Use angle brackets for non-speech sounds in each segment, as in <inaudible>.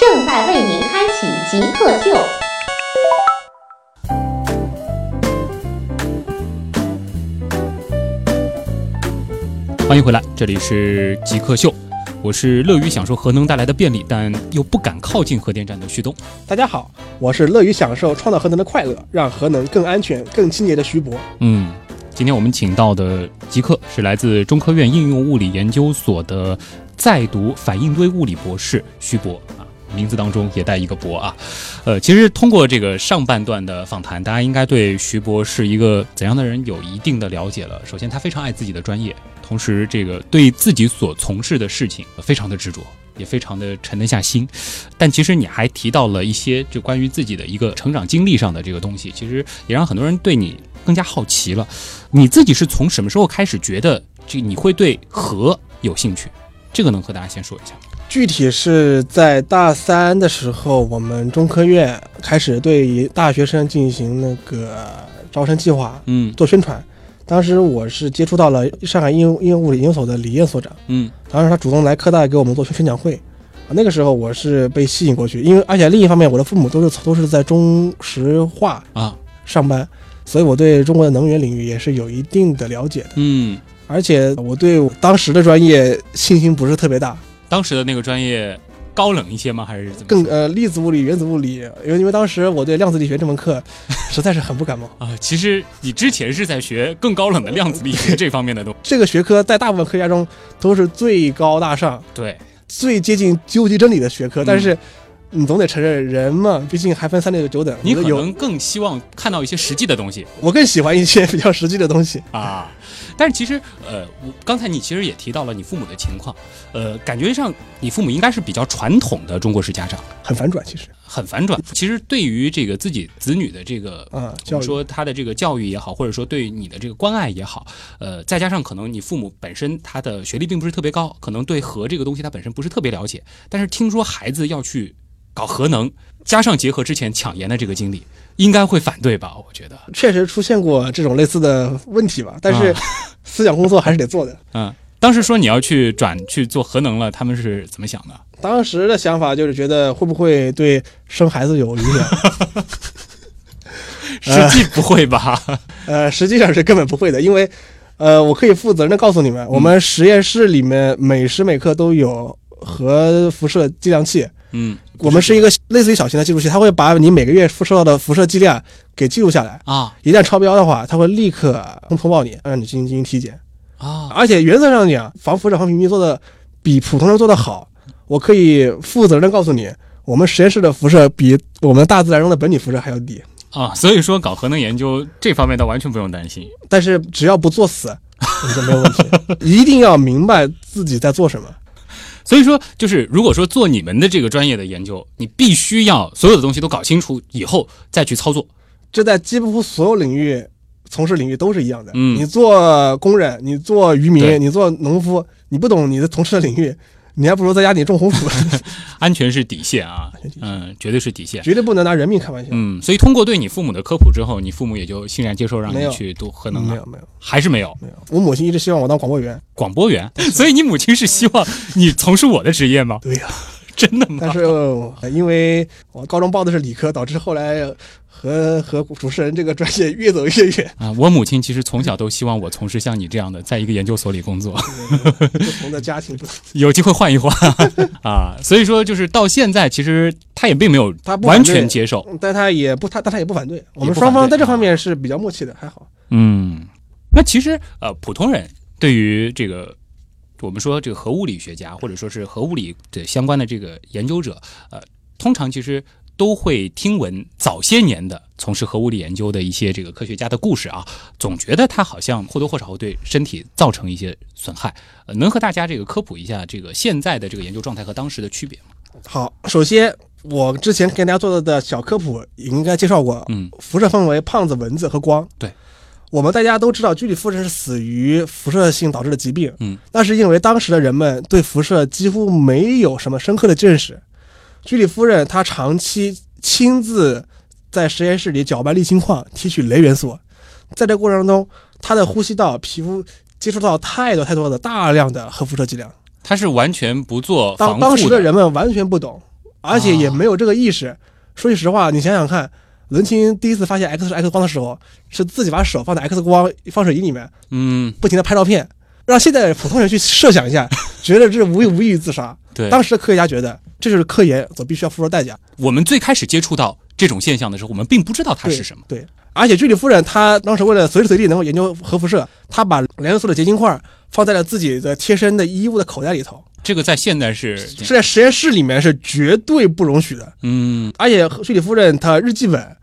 正在为您开启极客秀，欢迎回来，这里是极客秀，我是乐于享受核能带来的便利，但又不敢靠近核电站的旭东。大家好，我是乐于享受创造核能的快乐，让核能更安全、更清洁的徐博。嗯，今天我们请到的极客是来自中科院应用物理研究所的在读反应堆物理博士徐博啊，名字当中也带一个“博”啊。呃，其实通过这个上半段的访谈，大家应该对徐博是一个怎样的人有一定的了解了。首先，他非常爱自己的专业，同时这个对自己所从事的事情呃非常的执着。也非常的沉得下心，但其实你还提到了一些就关于自己的一个成长经历上的这个东西，其实也让很多人对你更加好奇了。你自己是从什么时候开始觉得这你会对核有兴趣？这个能和大家先说一下吗。具体是在大三的时候，我们中科院开始对大学生进行那个招生计划嗯做宣传。当时我是接触到了上海应用应用物理研究所的李燕所长，嗯当时他主动来科大给我们做宣宣讲会。啊那个时候我是被吸引过去，因为而且另一方面，我的父母都是都是在中石化啊上班，所以我对中国的能源领域也是有一定的了解的。嗯，而且我对我当时的专业信心不是特别大，当时的那个专业高冷一些吗？还是怎么更说呃粒子物理、原子物理，因为因为当时我对量子力学这门课 <laughs> 实在是很不感冒。啊？其实你之前是在学更高冷的量子力学这方面的东西。这个学科在大部分科学家中都是最高大上、对，最接近究极真理的学科，嗯但是你总得承认，人嘛，毕竟还分三六九等，你我可有能更希望看到一些实际的东西。我更喜欢一些比较实际的东西。啊，但是其实，呃，我刚才你其实也提到了你父母的情况，呃，感觉上你父母应该是比较传统的中国式家长，很反转，<laughs> 其实很反转。其实对于这个自己子女的这个，啊，我教们育说他的这个教育也好，或者说对你的这个关爱也好，呃，再加上可能你父母本身他的学历并不是特别高，可能对核这个东西他本身不是特别了解，但是听说孩子要去搞核能，加上结合之前抢盐的这个经历，应该会反对吧？我觉得，确实出现过这种类似的问题吧，但啊是 <laughs> 思想工作还是得做的。嗯，当时说你要去转去做核能了，他们是怎么想的？当时的想法就是觉得会不会对生孩子有影响？实嗯际不会吧？ <laughs> 呃，实际上是根本不会的，因为，呃，我可以负责任的告诉你们，我们实验室里面每时每刻都有核辐射计量器，嗯，我们是一个类似于小型的记录器，它会把你每个月辐射到的辐射剂量给记录下来，啊一旦超标的话，它会立刻通报你，让你进行进行体检。啊，而且原则上讲，防辐射、防屏蔽做的比普通人做的好。我可以负责任地告诉你，我们实验室的辐射比我们大自然中的本体辐射还要低。啊，所以说搞核能研究这方面倒完全不用担心。但是只要不作 <laughs> 死，你就没有问题。一定要明白自己在做什么。所以说，就是如果说做你们的这个专业的研究，你必须要所有的东西都搞清楚以后再去操作。这在几乎所有领域、从事领域都是一样的。嗯你做工人，你做渔对民，你做农夫，你不懂你的从事的领域，你还不如在家里种红 <laughs> 薯，安全是底线啊全底，线嗯，绝对是底线。绝对不能拿人命开玩笑。嗯，所以通过对你父母的科普之后，你父母也就欣然接受让没你有去读核能没了，有没有还是没有没有，我母亲一直希望我当广播员。广播员？ <laughs> 所以你母亲是希望你从事我的职业吗？对呀、 <laughs> 真的吗？，但是、呃因为我高中报的是理科，导致后来和和主持人这个专业越走越远啊，我母亲其实从小都希望我从事像你这样的，在一个研究所里工作， <laughs> 不同的家庭，不有机会换一换 <laughs> 啊。所以说，就是到现在，其实她也并没有她不反完全对接受。但他也不他但他也不反对，我也们不双反方对啊在这方面是比较默契的，还好。嗯，那其实呃，普通人对于这个。呃我们说这个核物理学家，或者说是核物理的相关的这个研究者，呃，通常其实都会听闻早些年的从事核物理研究的一些这个科学家的故事啊，总觉得他好像或多或少会对身体造成一些损害。呃，能和大家这个科普一下这个现在的这个研究状态和当时的区别吗？好，首先我之前给大家做的小科普也应该介绍过，嗯，辐射分为胖子、蚊子和光。对，我们大家都知道，居里夫人是死于辐射性导致的疾病。嗯，那是因为当时的人们对辐射几乎没有什么深刻的认识。居里夫人她长期亲自在实验室里搅拌沥青矿，提取镭元素，在这过程中，她的呼吸道、皮肤接触到太多太多的大量的核辐射剂量。他是完全不做防当护啊当时的人们完全不懂，而且也没有这个意识。说句实话，你想想看，伦琴第一次发现 X 是 X 光的时候，是自己把手放在 X 光放射仪里面，嗯，不停的拍照片，让现在普通人去设想 <laughs> 一下，觉得这无无异于自杀。对。当时的科学家觉得这就是科研所必须要付出的代价。我们最开始接触到这种现象的时候，我们并不知道它是什么。对，而且居里夫人她当时为了随时随地能够研究核辐射，她把连元素的结晶块放在了自己的贴身的衣物的口袋里头，这个在现在是，是在实验室里面是绝对不容许的。嗯，而且居里夫人她日记本，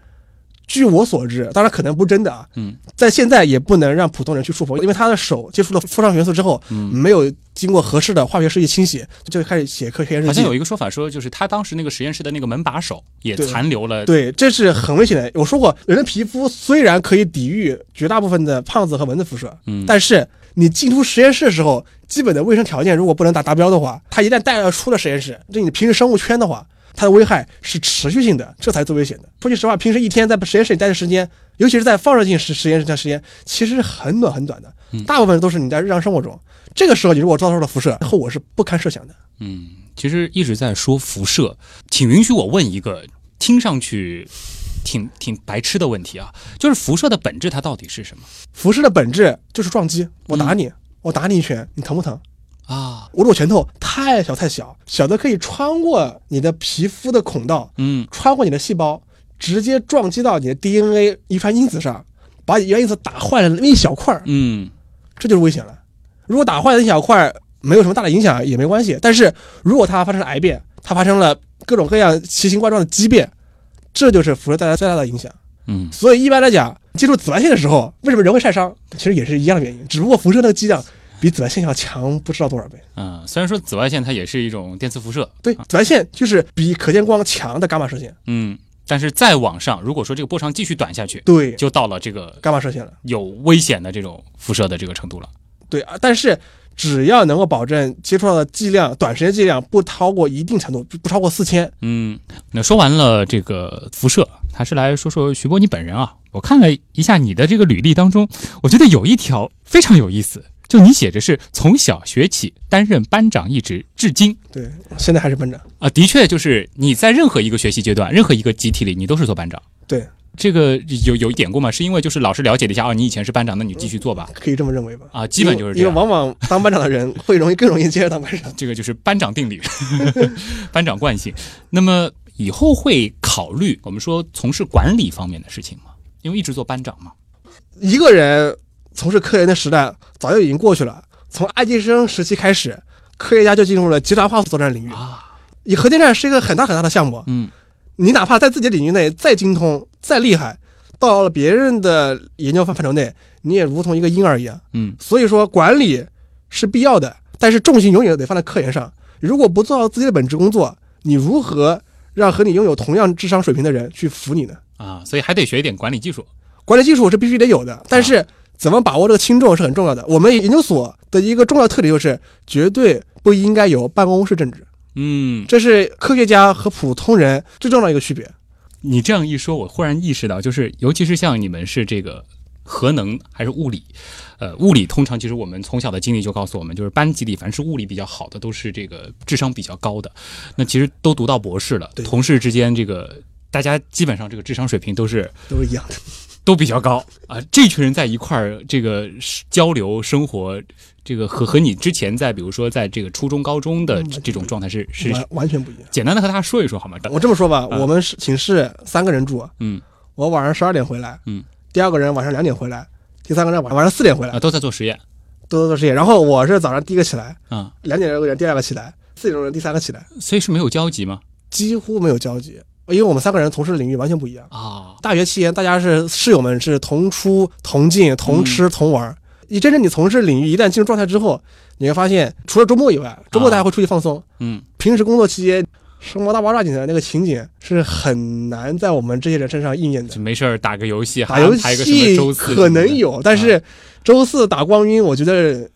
据我所知，当然可能不是真的啊，嗯，在现在也不能让普通人去触碰，因为她的手接触了富商元素之后，嗯没有经过合适的化学试剂清洗，就开始写科学日好记像。有一个说法说，就是他当时那个实验室的那个门把手也对残留了，对，这是很危险的。我说过，人的皮肤虽然可以抵御绝大部分的胖子和蚊子辐射，嗯但是你进出实验室的时候，基本的卫生条件如果不能达达标的话，它一旦带了出了实验室，就你的平时生物圈的话，它的危害是持续性的，这才是最危险的。说句实话，平时一天在实验室里待的时间，尤其是在放射性实实验室的时间，其实是很短很短的，大部分都是你在日常生活中。这个时候，你如果遭受了辐射，后果是不堪设想的。其实一直在说辐射，请允许我问一个听上去挺挺白痴的问题啊，就是辐射的本质它到底是什么辐射的本质就是撞击，我打你，我打你一拳，你疼不疼？啊？我的拳头太小太小，小的可以穿过你的皮肤的孔道，嗯，穿过你的细胞，直接撞击到你的 DNA 遗传因子上，把遗传因子打坏了那么一小块儿，嗯，这就是危险了。如果打坏了一小块儿，没有什么大的影响也没关系，但是如果它发生了癌变，它发生了各种各样奇形怪状的畸变，这就是辐射带来最大的影响。嗯，所以一般来讲，接触紫外线的时候，为什么人会晒伤？其实也是一样的原因，只不过辐射那个剂量比紫外线要强不知道多少倍。啊，虽然说紫外线它也是一种电磁辐射，对，紫外线就是比可见光强的伽马射线，嗯，但是再往上，如果说这个波长继续短下去，对，就到了这个伽马射线了。有危险的这种辐射的这个程度了。对啊，但是只要能够保证接触到的剂量，短时间剂量不超过一定程度，不不超过四千，嗯，那说完了这个辐射，还是来说说徐波你本人啊。我看了一下你的这个履历当中，我觉得有一条非常有意思，就你写着是从小学起担任班长一职，至今对，现在还是班长。啊，的确就是你在任何一个学习阶段、任何一个集体里，你都是做班长。对，这个有有典故吗？是因为就是老师了解了一下，哦，你以前是班长，那你继续做吧。可以这么认为吧？啊基本就是这因样为因为往往当班长的人会容易更容易接着当班长。这个就是班长定理， <laughs> 班长惯性。那么以后会考虑我们说从事管理方面的事情吗？因为一直做班长嘛。一个人从事科研的时代早就已经过去了，从爱迪生时期开始，科学家就进入了集团化作战领域啊。以核电站是一个很大很大的项目，嗯，你哪怕在自己领域内再精通、再厉害，到了别人的研究范范畴内，你也如同一个婴儿一样。嗯，所以说管理是必要的，但是重心永远得放在科研上。如果不做好自己的本职工作，你如何让和你拥有同样智商水平的人去服你呢？啊，所以还得学一点管理技术。管理技术是必须得有啊的，但是怎么把握这个轻重是很重要的。我们研究所的一个重要特点就是，绝对不应该有办公室政治，嗯，这是科学家和普通人最重要的一个区别。你这样一说，我忽然意识到，就是尤其是像你们是这个核能还是物理，呃，物理通常其实我们从小的经历就告诉我们，就是班级里凡是物理比较好的，都是这个智商比较高的。那其实都读到博士了，对同事之间这个大家基本上这个智商水平都是都是一样的，都比较高啊、这群人在一块儿这个是交流生活，这个和和你之前在比如说在这个初中、高中嗯的这这种状态是是完完全不一样。简单的和大家说一说好吗？我这么说吧，嗯我们是寝室三个人住，嗯我晚上十二点回来，嗯，第二个人晚上两点回来，第三个人晚晚上四点回啊来，都在做实验都做做实验。然后我是早上第一个起来，啊，两点钟的人第二个起来，四点钟的人第三个起来，所以是没有交集吗？几乎没有交集，因为我们三个人从事的领域完全不一样。啊，大学期间，大家是室友们是同出、同进、同嗯吃、同玩儿。你真正你从事领域一旦啊进入状态之后，你会发现，除了周末以外，周末大家会出去放松，嗯平时工作期间，生活大爆炸里的那个情景是很难在我们这些人身上应验的就。没事儿打个游戏，打游还安排个什么周四戏可什么能的啊有，但是周四打光晕，我觉 <laughs> 得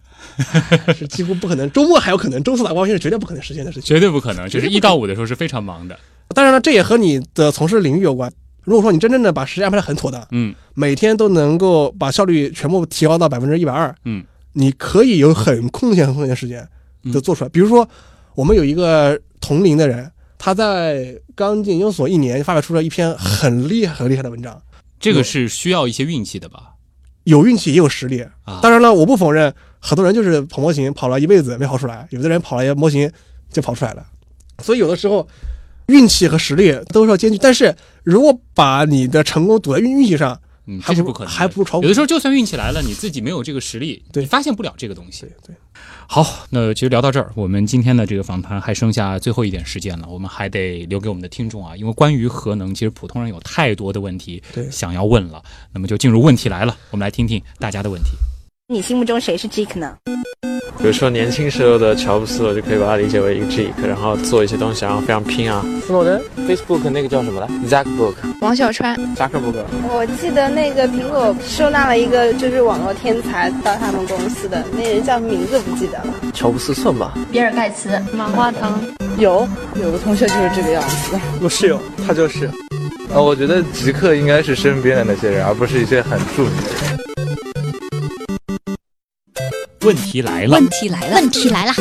是几乎不可能。周末还有可能，周四打光晕是绝对不可能实现的事情。绝对不可能，就是一到五的时候是非常忙的。当然了，这也和你的从事领域有关。如果说你真正的把时间安排的很妥当，嗯，每天都能够把效率全部提高到百分之一百二，嗯，你可以有很空闲、很空闲的时间就做出来。比如说，我们有一个同龄的人，他在刚进研究所一年，发表出了一篇很厉害、很厉害的文章，这个有是需要一些运气的吧？有运气也有实力啊。当然了，我不否认，很多人就是跑模型跑了一辈子没跑出来，有的人跑了模型就跑出来了。所以有的时候，运气和实力都是要兼具。但是如果把你的成功赌在运运气上，嗯，还这是不不可能的，还不如炒股有的时候就算运气来了，你自己没有这个实力，对你发现不了这个东西对。对。好，那其实聊到这儿，我们今天的这个访谈还剩下最后一点时间了，我们还得留给我们的听众啊，因为关于核能，其实普通人有太多的问题对想要问了，那么就进入问题来了，我们来听听大家的问题。你心目中谁是 Jake 呢？比如说年轻时候的乔布斯，我就可以把它理解为一个 geek，然后做一些东西，然后非常拼啊。斯诺登，Facebook 那个叫什么来？Zackbook，王小川，扎克伯格。我记得那个苹果收纳了一个就是网络天才到他们公司的，那人叫名字不记得了。乔布斯算吧，比尔盖茨，马化腾。有有个同学就是这个样子。我室友他就是。呃，我觉得极客应该是身边的那些人，而不是一些很著名的人。问题来了，题来了，问题来了。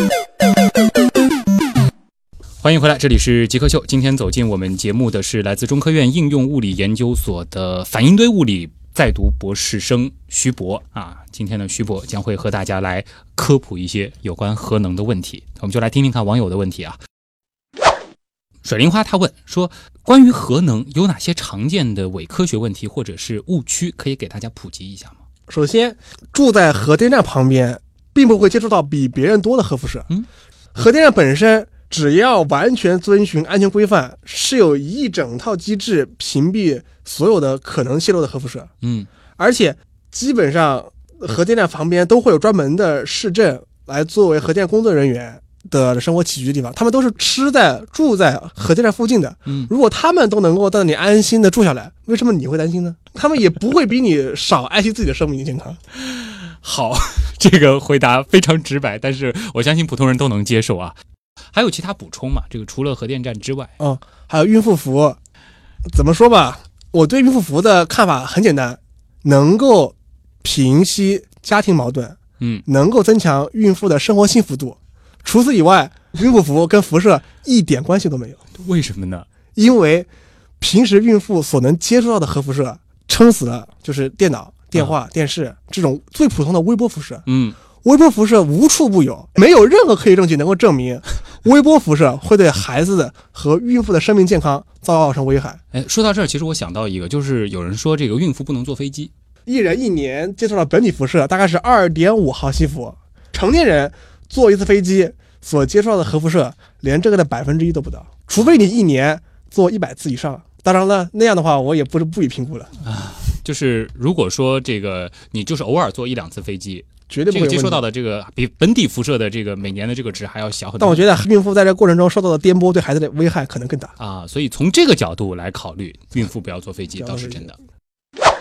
欢迎回来，这里是极客秀。今天走进我们节目的是来自中科院应用物理研究所的反应堆物理在读博士生徐博啊。今天呢，徐博将会和大家来科普一些有关核能的问题。我们就来听听看网友的问题啊。水灵花他问说，关于核能有哪些常见的伪科学问题或者是误区，可以给大家普及一下吗？首先，住在核电站旁边，并不会接触到比别人多的核辐射。嗯，核电站本身只要完全遵循安全规范，是有一整套机制屏蔽所有的可能泄漏的核辐射，嗯而且基本上核电站旁边都会有专门的市政来作为核电工作人员。的生活起居地方，他们都是吃在住在核电站附近的，嗯，如果他们都能够在那里安心的住下来，为什么你会担心呢？他们也不会比你少爱惜自己的生命健康。好， <laughs> 这个回答非常直白，但是我相信普通人都能接受啊。还有其他补充吗？这个除了核电站之外，还有孕妇服，怎么说吧？我对孕妇服的看法很简单，能够平息家庭矛盾，嗯，能够增强孕妇的生活幸福度。除此以外，孕妇服跟辐射一点关系都没有，为什么呢？嗯因为平时孕妇所能接触到的核辐射，撑死了就是电脑、电话、电视这种最普通的微波辐射。嗯，微波辐射无处不有，没有任何科学证据能够证明微波辐射会对孩子的和孕妇的生命健康造成危害。哎，说到这儿，其实我想到一个，就是有人说这个孕妇不能坐飞机，一人一年接触到本体辐射大概是二点五毫西弗，成年人坐一次飞机所接触到的核辐射连这个的百分之一都不到，除非你一年坐一百次以上。当然了，那样的话我也不是不予评估了，就是如果说这个你就是偶尔坐一两次飞机，绝对这不会个接有受问到题。的这个比本体辐射的这个每年的这个值还要小很多。但我觉得孕妇在这过程中受到的颠簸对孩子的危害可能更大。啊，所以从这个角度来考虑，孕妇不要坐飞机不要倒坐是飞真机的。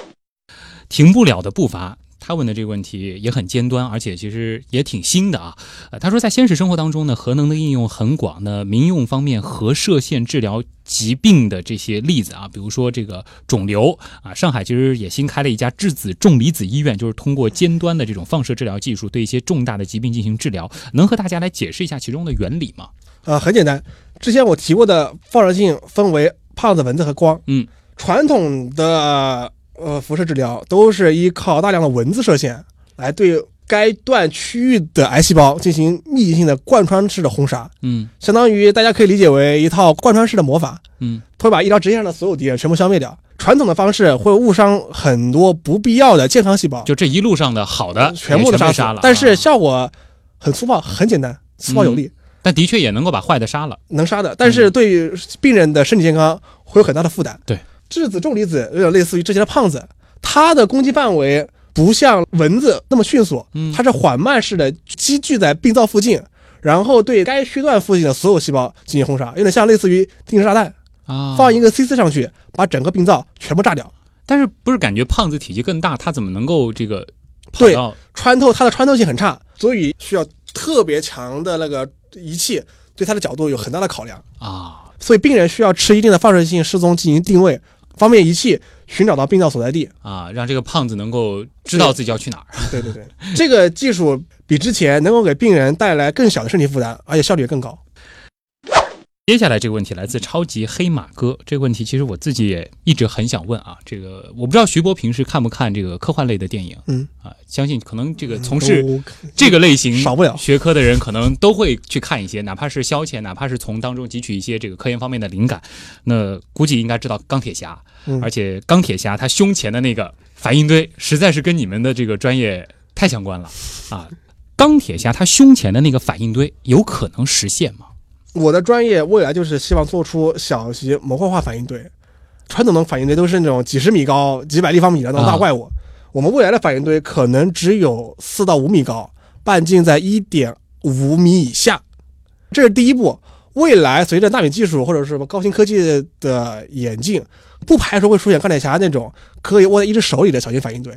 停不了的步伐，他问的这个问题也很尖端，而且其实也挺新的啊。呃，他说在现实生活当中呢，核能的应用很广呢，民用方面核射线治疗疾病的这些例子啊，比如说这个肿瘤啊，上海其实也新开了一家质子重离子医院，就是通过尖端的这种放射治疗技术对一些重大的疾病进行治疗，能和大家来解释一下其中的原理吗？呃，很简单，之前我提过的放射性分为胖子、蚊子和光。嗯，传统的呃辐射治疗都是依靠大量的蚊子射线来对该段区域的癌细胞进行密集性的贯穿式的轰杀，嗯相当于大家可以理解为一套贯穿式的魔法，嗯会把医疗职业上的所有敌人全部消灭掉。传统的方式会误伤很多不必要的健康细胞，就这一路上的好的嗯全部都也杀被死杀了，但是啊效果很粗暴，很简单，粗暴有力。但的确也能够把坏的杀了。能杀的，但是对于病人的身体健康会有很大的负担。嗯对，质子重离子有点类似于之前的胖子，它的攻击范围不像蚊子那么迅速嗯，它是缓慢式的积聚在病灶附近，然后对该区段附近的所有细胞进行轰炸，有点像类似于定时炸弹，啊，放一个 C 4上去，把整个病灶全部炸掉，但是不是感觉胖子体积更大，他怎么能够这个跑对到穿透它的穿透性很差，所以需要特别强的那个仪器对它的角度有很大的考量。啊？所以病人需要吃一定的放射性失踪进行定位，方便仪器寻找到病灶所在地。啊，让这个胖子能够知道自己要去哪儿对对对，这个技术比之前能够给病人带来更小的身体负担，而且效率也更高。接下来这个问题来自超级黑马哥，这个问题其实我自己也一直很想问啊。这个我不知道徐波平时看不看这个科幻类的电影，嗯啊，相信可能这个从事都这个类型少不了学科的人，可能都会去看一些，哪怕是消遣，哪怕是从当中汲取一些这个科研方面的灵感。那估计应该知道钢铁侠，嗯而且钢铁侠他胸前的那个反应堆，实在是跟你们的这个专业太相关了啊。钢铁侠他胸前的那个反应堆有可能实现吗？我的专业未来就是希望做出小型模块化反应堆。传统的反应堆都是那种几十米高、几百立方米的那种大怪物，我们未来的反应堆可能只有四到五米高，半径在一点五米以下。这是第一步。未来随着纳米技术或者是什么高新科技的演进，不排除会出现钢铁侠那种可以握在一只手里的小型反应堆。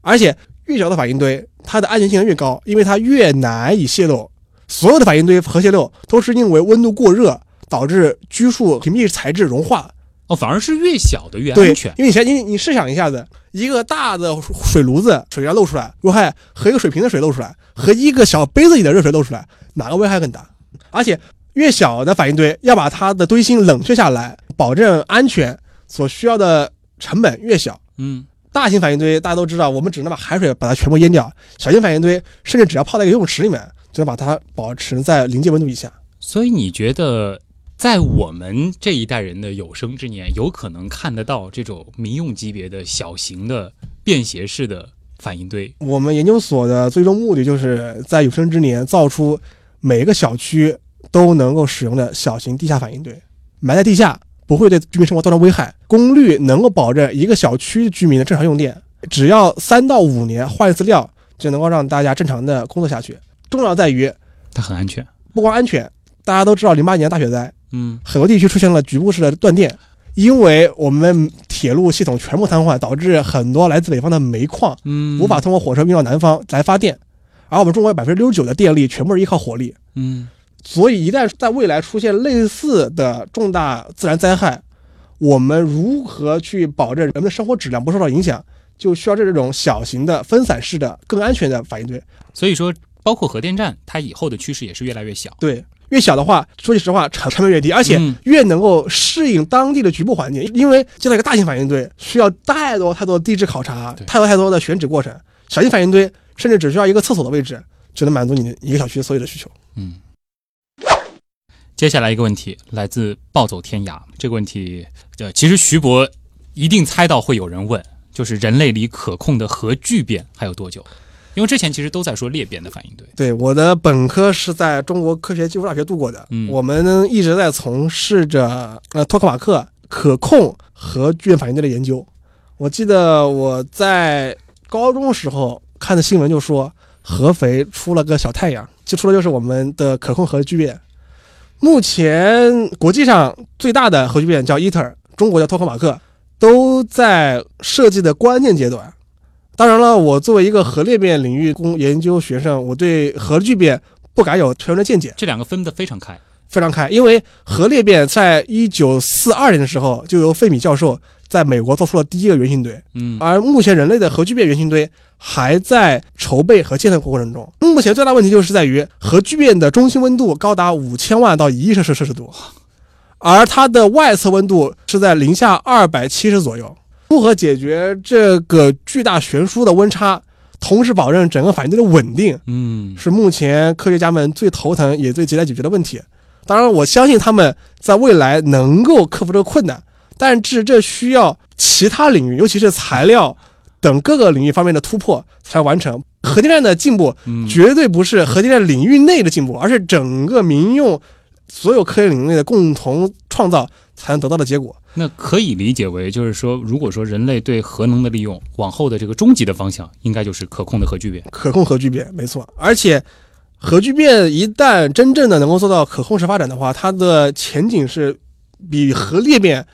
而且越小的反应堆，它的安全性越高，因为它越难以泄露。所有的反应堆核泄漏都是因为温度过热导致拘束屏蔽材质融化。哦，反而是越小的越对安全，因为以前你你试想一下子，一个大的水炉子水要漏出来，危害和一个水瓶的水漏出来，和一个小杯子里的热水漏出来，哪个危害更大？而且越小的反应堆要把它的堆芯冷却下来，保证安全，所需要的成本越小。嗯，大型反应堆大家都知道，我们只能把海水把它全部淹掉；小型反应堆甚至只要泡在一个游泳池里面，就能把它保持在临界温度以下。所以你觉得在我们这一代人的有生之年，有可能看得到这种民用级别的小型的便携式的反应堆？我们研究所的最终目的就是在有生之年造出每个小区都能够使用的小型地下反应堆，埋在地下不会对居民生活造成危害，功率能够保证一个小区居民的正常用电，只要三到五年换一次料，就能够让大家正常的工作下去。重要在于它很安全。不光安全，大家都知道零八年大雪灾，嗯，很多地区出现了局部式的断电，因为我们铁路系统全部瘫痪，导致很多来自北方的煤矿嗯无法通过火车运到南方来发电，而我们中国百分之六十九的电力全部是依靠火力，嗯所以一旦在未来出现类似的重大自然灾害，我们如何去保证人们的生活质量不受到影响，就需要这种小型的分散式的更安全的反应堆。所以说，包括核电站，它以后的趋势也是越来越小。对，越小的话，说句实话，成成本越低，而且嗯越能够适应当地的局部环境。因为建造一个大型反应堆需要太多太多地质考察对，太多太多的选址过程，小型反应堆甚至只需要一个厕所的位置。就能满足你的一个小区所有的需求。嗯。接下来一个问题来自暴走天涯，这个问题，呃，其实徐博一定猜到会有人问，就是人类离可控的核聚变还有多久？因为之前其实都在说裂变的反应堆。对，我的本科是在中国科学技术大学度过的，嗯我们一直在从事着呃托克马克可控和聚变反应堆的研究。我记得我在高中时候看的新闻就说，合肥出了个小太阳，就出的就是我们的可控核聚变。目前国际上最大的核聚变叫 E ITER，中国叫托克马克，都在设计的关键阶段。当然了，我作为一个核裂变领域工研究学生，我对核聚变不敢有全人的见解，这两个分得非常开。非常开。因为核裂变在一九四二年的时候，就由费米教授在美国做出了第一个原型堆。嗯而目前人类的核聚变原型堆还在筹备和建设过程中。目前最大问题就是在于核聚变的中心温度高达五千万到一亿摄氏摄氏度，而它的外侧温度是在零下二百七十左右。如何解决这个巨大悬殊的温差，同时保证整个反应堆的稳定，嗯，是目前科学家们最头疼也最亟待解决的问题。当然，我相信他们在未来能够克服这个困难，但是这需要其他领域，尤其是材料等各个领域方面的突破才完成。核电站的进步嗯绝对不是核电站领域内的进步，而是整个民用所有科研领域内的共同创造才能得到的结果。那可以理解为，就是说，如果说人类对核能的利用，往后的这个终极的方向，应该就是可控的核聚变。可控核聚变，没错。而且核聚变一旦真正的能够做到可控式发展的话，它的前景是比核裂变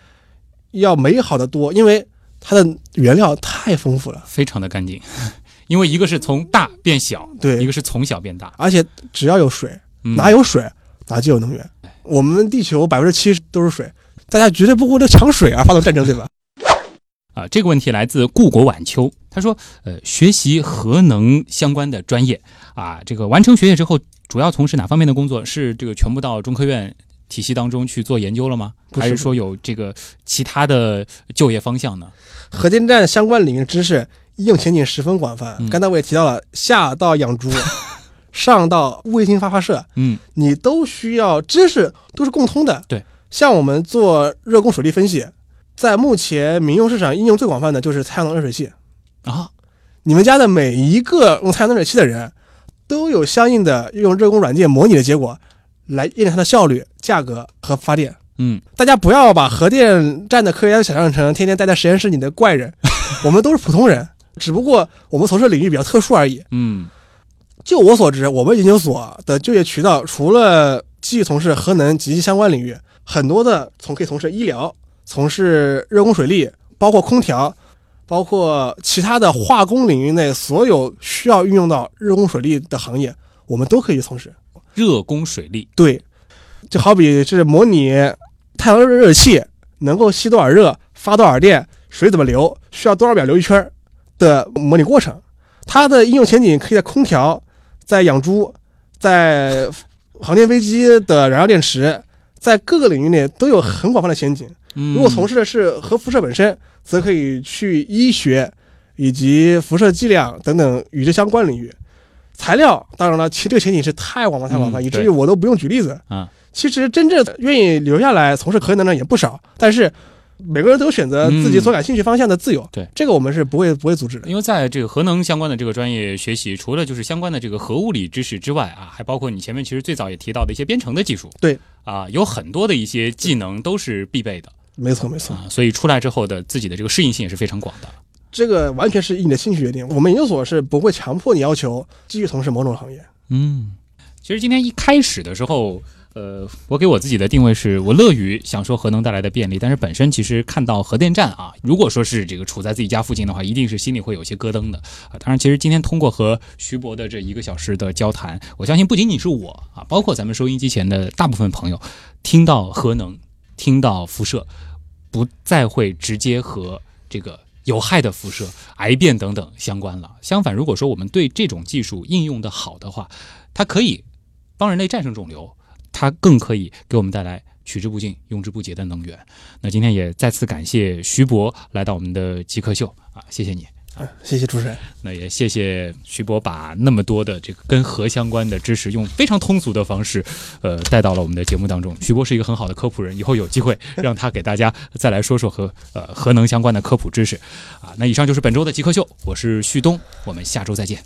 要美好的多，因为它的原料太丰富了。非常的干净， <laughs> 因为一个是从大变小，对一个是从小变大，而且只要有水，嗯哪有水哪就有能源。我们地球百分之七十都是水，大家绝对不会为了抢水而发动战争，对吧？啊，这个问题来自顾国晚秋，他说，呃，学习核能相关的专业啊，这个完成学业之后，主要从事哪方面的工作？是这个全部到中科院体系当中去做研究了吗？不是还是说有这个其他的就业方向呢？核电站相关领域知识应用前景十分广泛。嗯刚才我也提到了，下到养 <laughs> 猪，上到卫星发发射，嗯你都需要知识都是共通的。对，像我们做热供水力分析，在目前民用市场应用最广泛的就是太阳能热水器。啊，你们家的每一个用太阳能热水器的人，都有相应的用热工软件模拟的结果来验证它的效率、价格和发电。嗯，大家不要把核电站的科学家想象成天天待在实验室里的怪人，我们都是普通人，只不过我们从事领域比较特殊而已。嗯就我所知，我们研究所的就业渠道，除了继续从事核能及其相关领域，很多的从可以从事医疗、从事热供水利，包括空调，包括其他的化工领域内所有需要运用到热供水利的行业，我们都可以从事。热工水利，对，就好比是模拟太阳热水器能够吸多少热、发多少电、水怎么流、需要多少秒流一圈儿的模拟过程。它的应用前景可以在空调、在养猪、在航天飞机的燃料电池，在各个领域内都有很广泛的前景。嗯如果从事的是核辐射本身，则可以去医学以及辐射剂量等等与之相关领域。材料当然了，其实这个前景是太广泛太广泛，嗯以至于对我都不用举例子。啊，其实真正愿意留下来从事核能的也不少，但是每个人都有选择自己所感兴趣方向的自由。对这个我们是不会不会阻止的。因为在这个核能相关的这个专业学习，除了就是相关的这个核物理知识之外啊，还包括你前面其实最早也提到的一些编程的技术，对啊，有很多的一些技能都是必备的没错没错，啊，所以出来之后的自己的这个适应性也是非常广的。这个完全是以你的兴趣决定。我们研究所是不会强迫你要求继续从事某种行业。嗯，其实今天一开始的时候，呃，我给我自己的定位是我乐于享受核能带来的便利，但是本身其实看到核电站啊，如果说是这个处在自己家附近的话，一定是心里会有些咯噔的啊。当然，其实今天通过和徐博的这一个小时的交谈，我相信不仅仅是我啊，包括咱们收音机前的大部分朋友，听到核能，听到辐射，不再会直接和这个有害的辐射、癌变等等相关了。相反，如果说我们对这种技术应用的好的话，它可以帮人类战胜肿瘤，它更可以给我们带来取之不尽、用之不竭的能源。那今天也再次感谢徐博来到我们的极客秀啊，谢谢你。啊，谢谢主持人。那也谢谢徐博把那么多的这个跟核相关的知识，用非常通俗的方式，呃，带到了我们的节目当中。徐博是一个很好的科普人，以后有机会让他给大家再来说说和呃核能相关的科普知识。啊，那以上就是本周的极客秀，我是旭东，我们下周再见。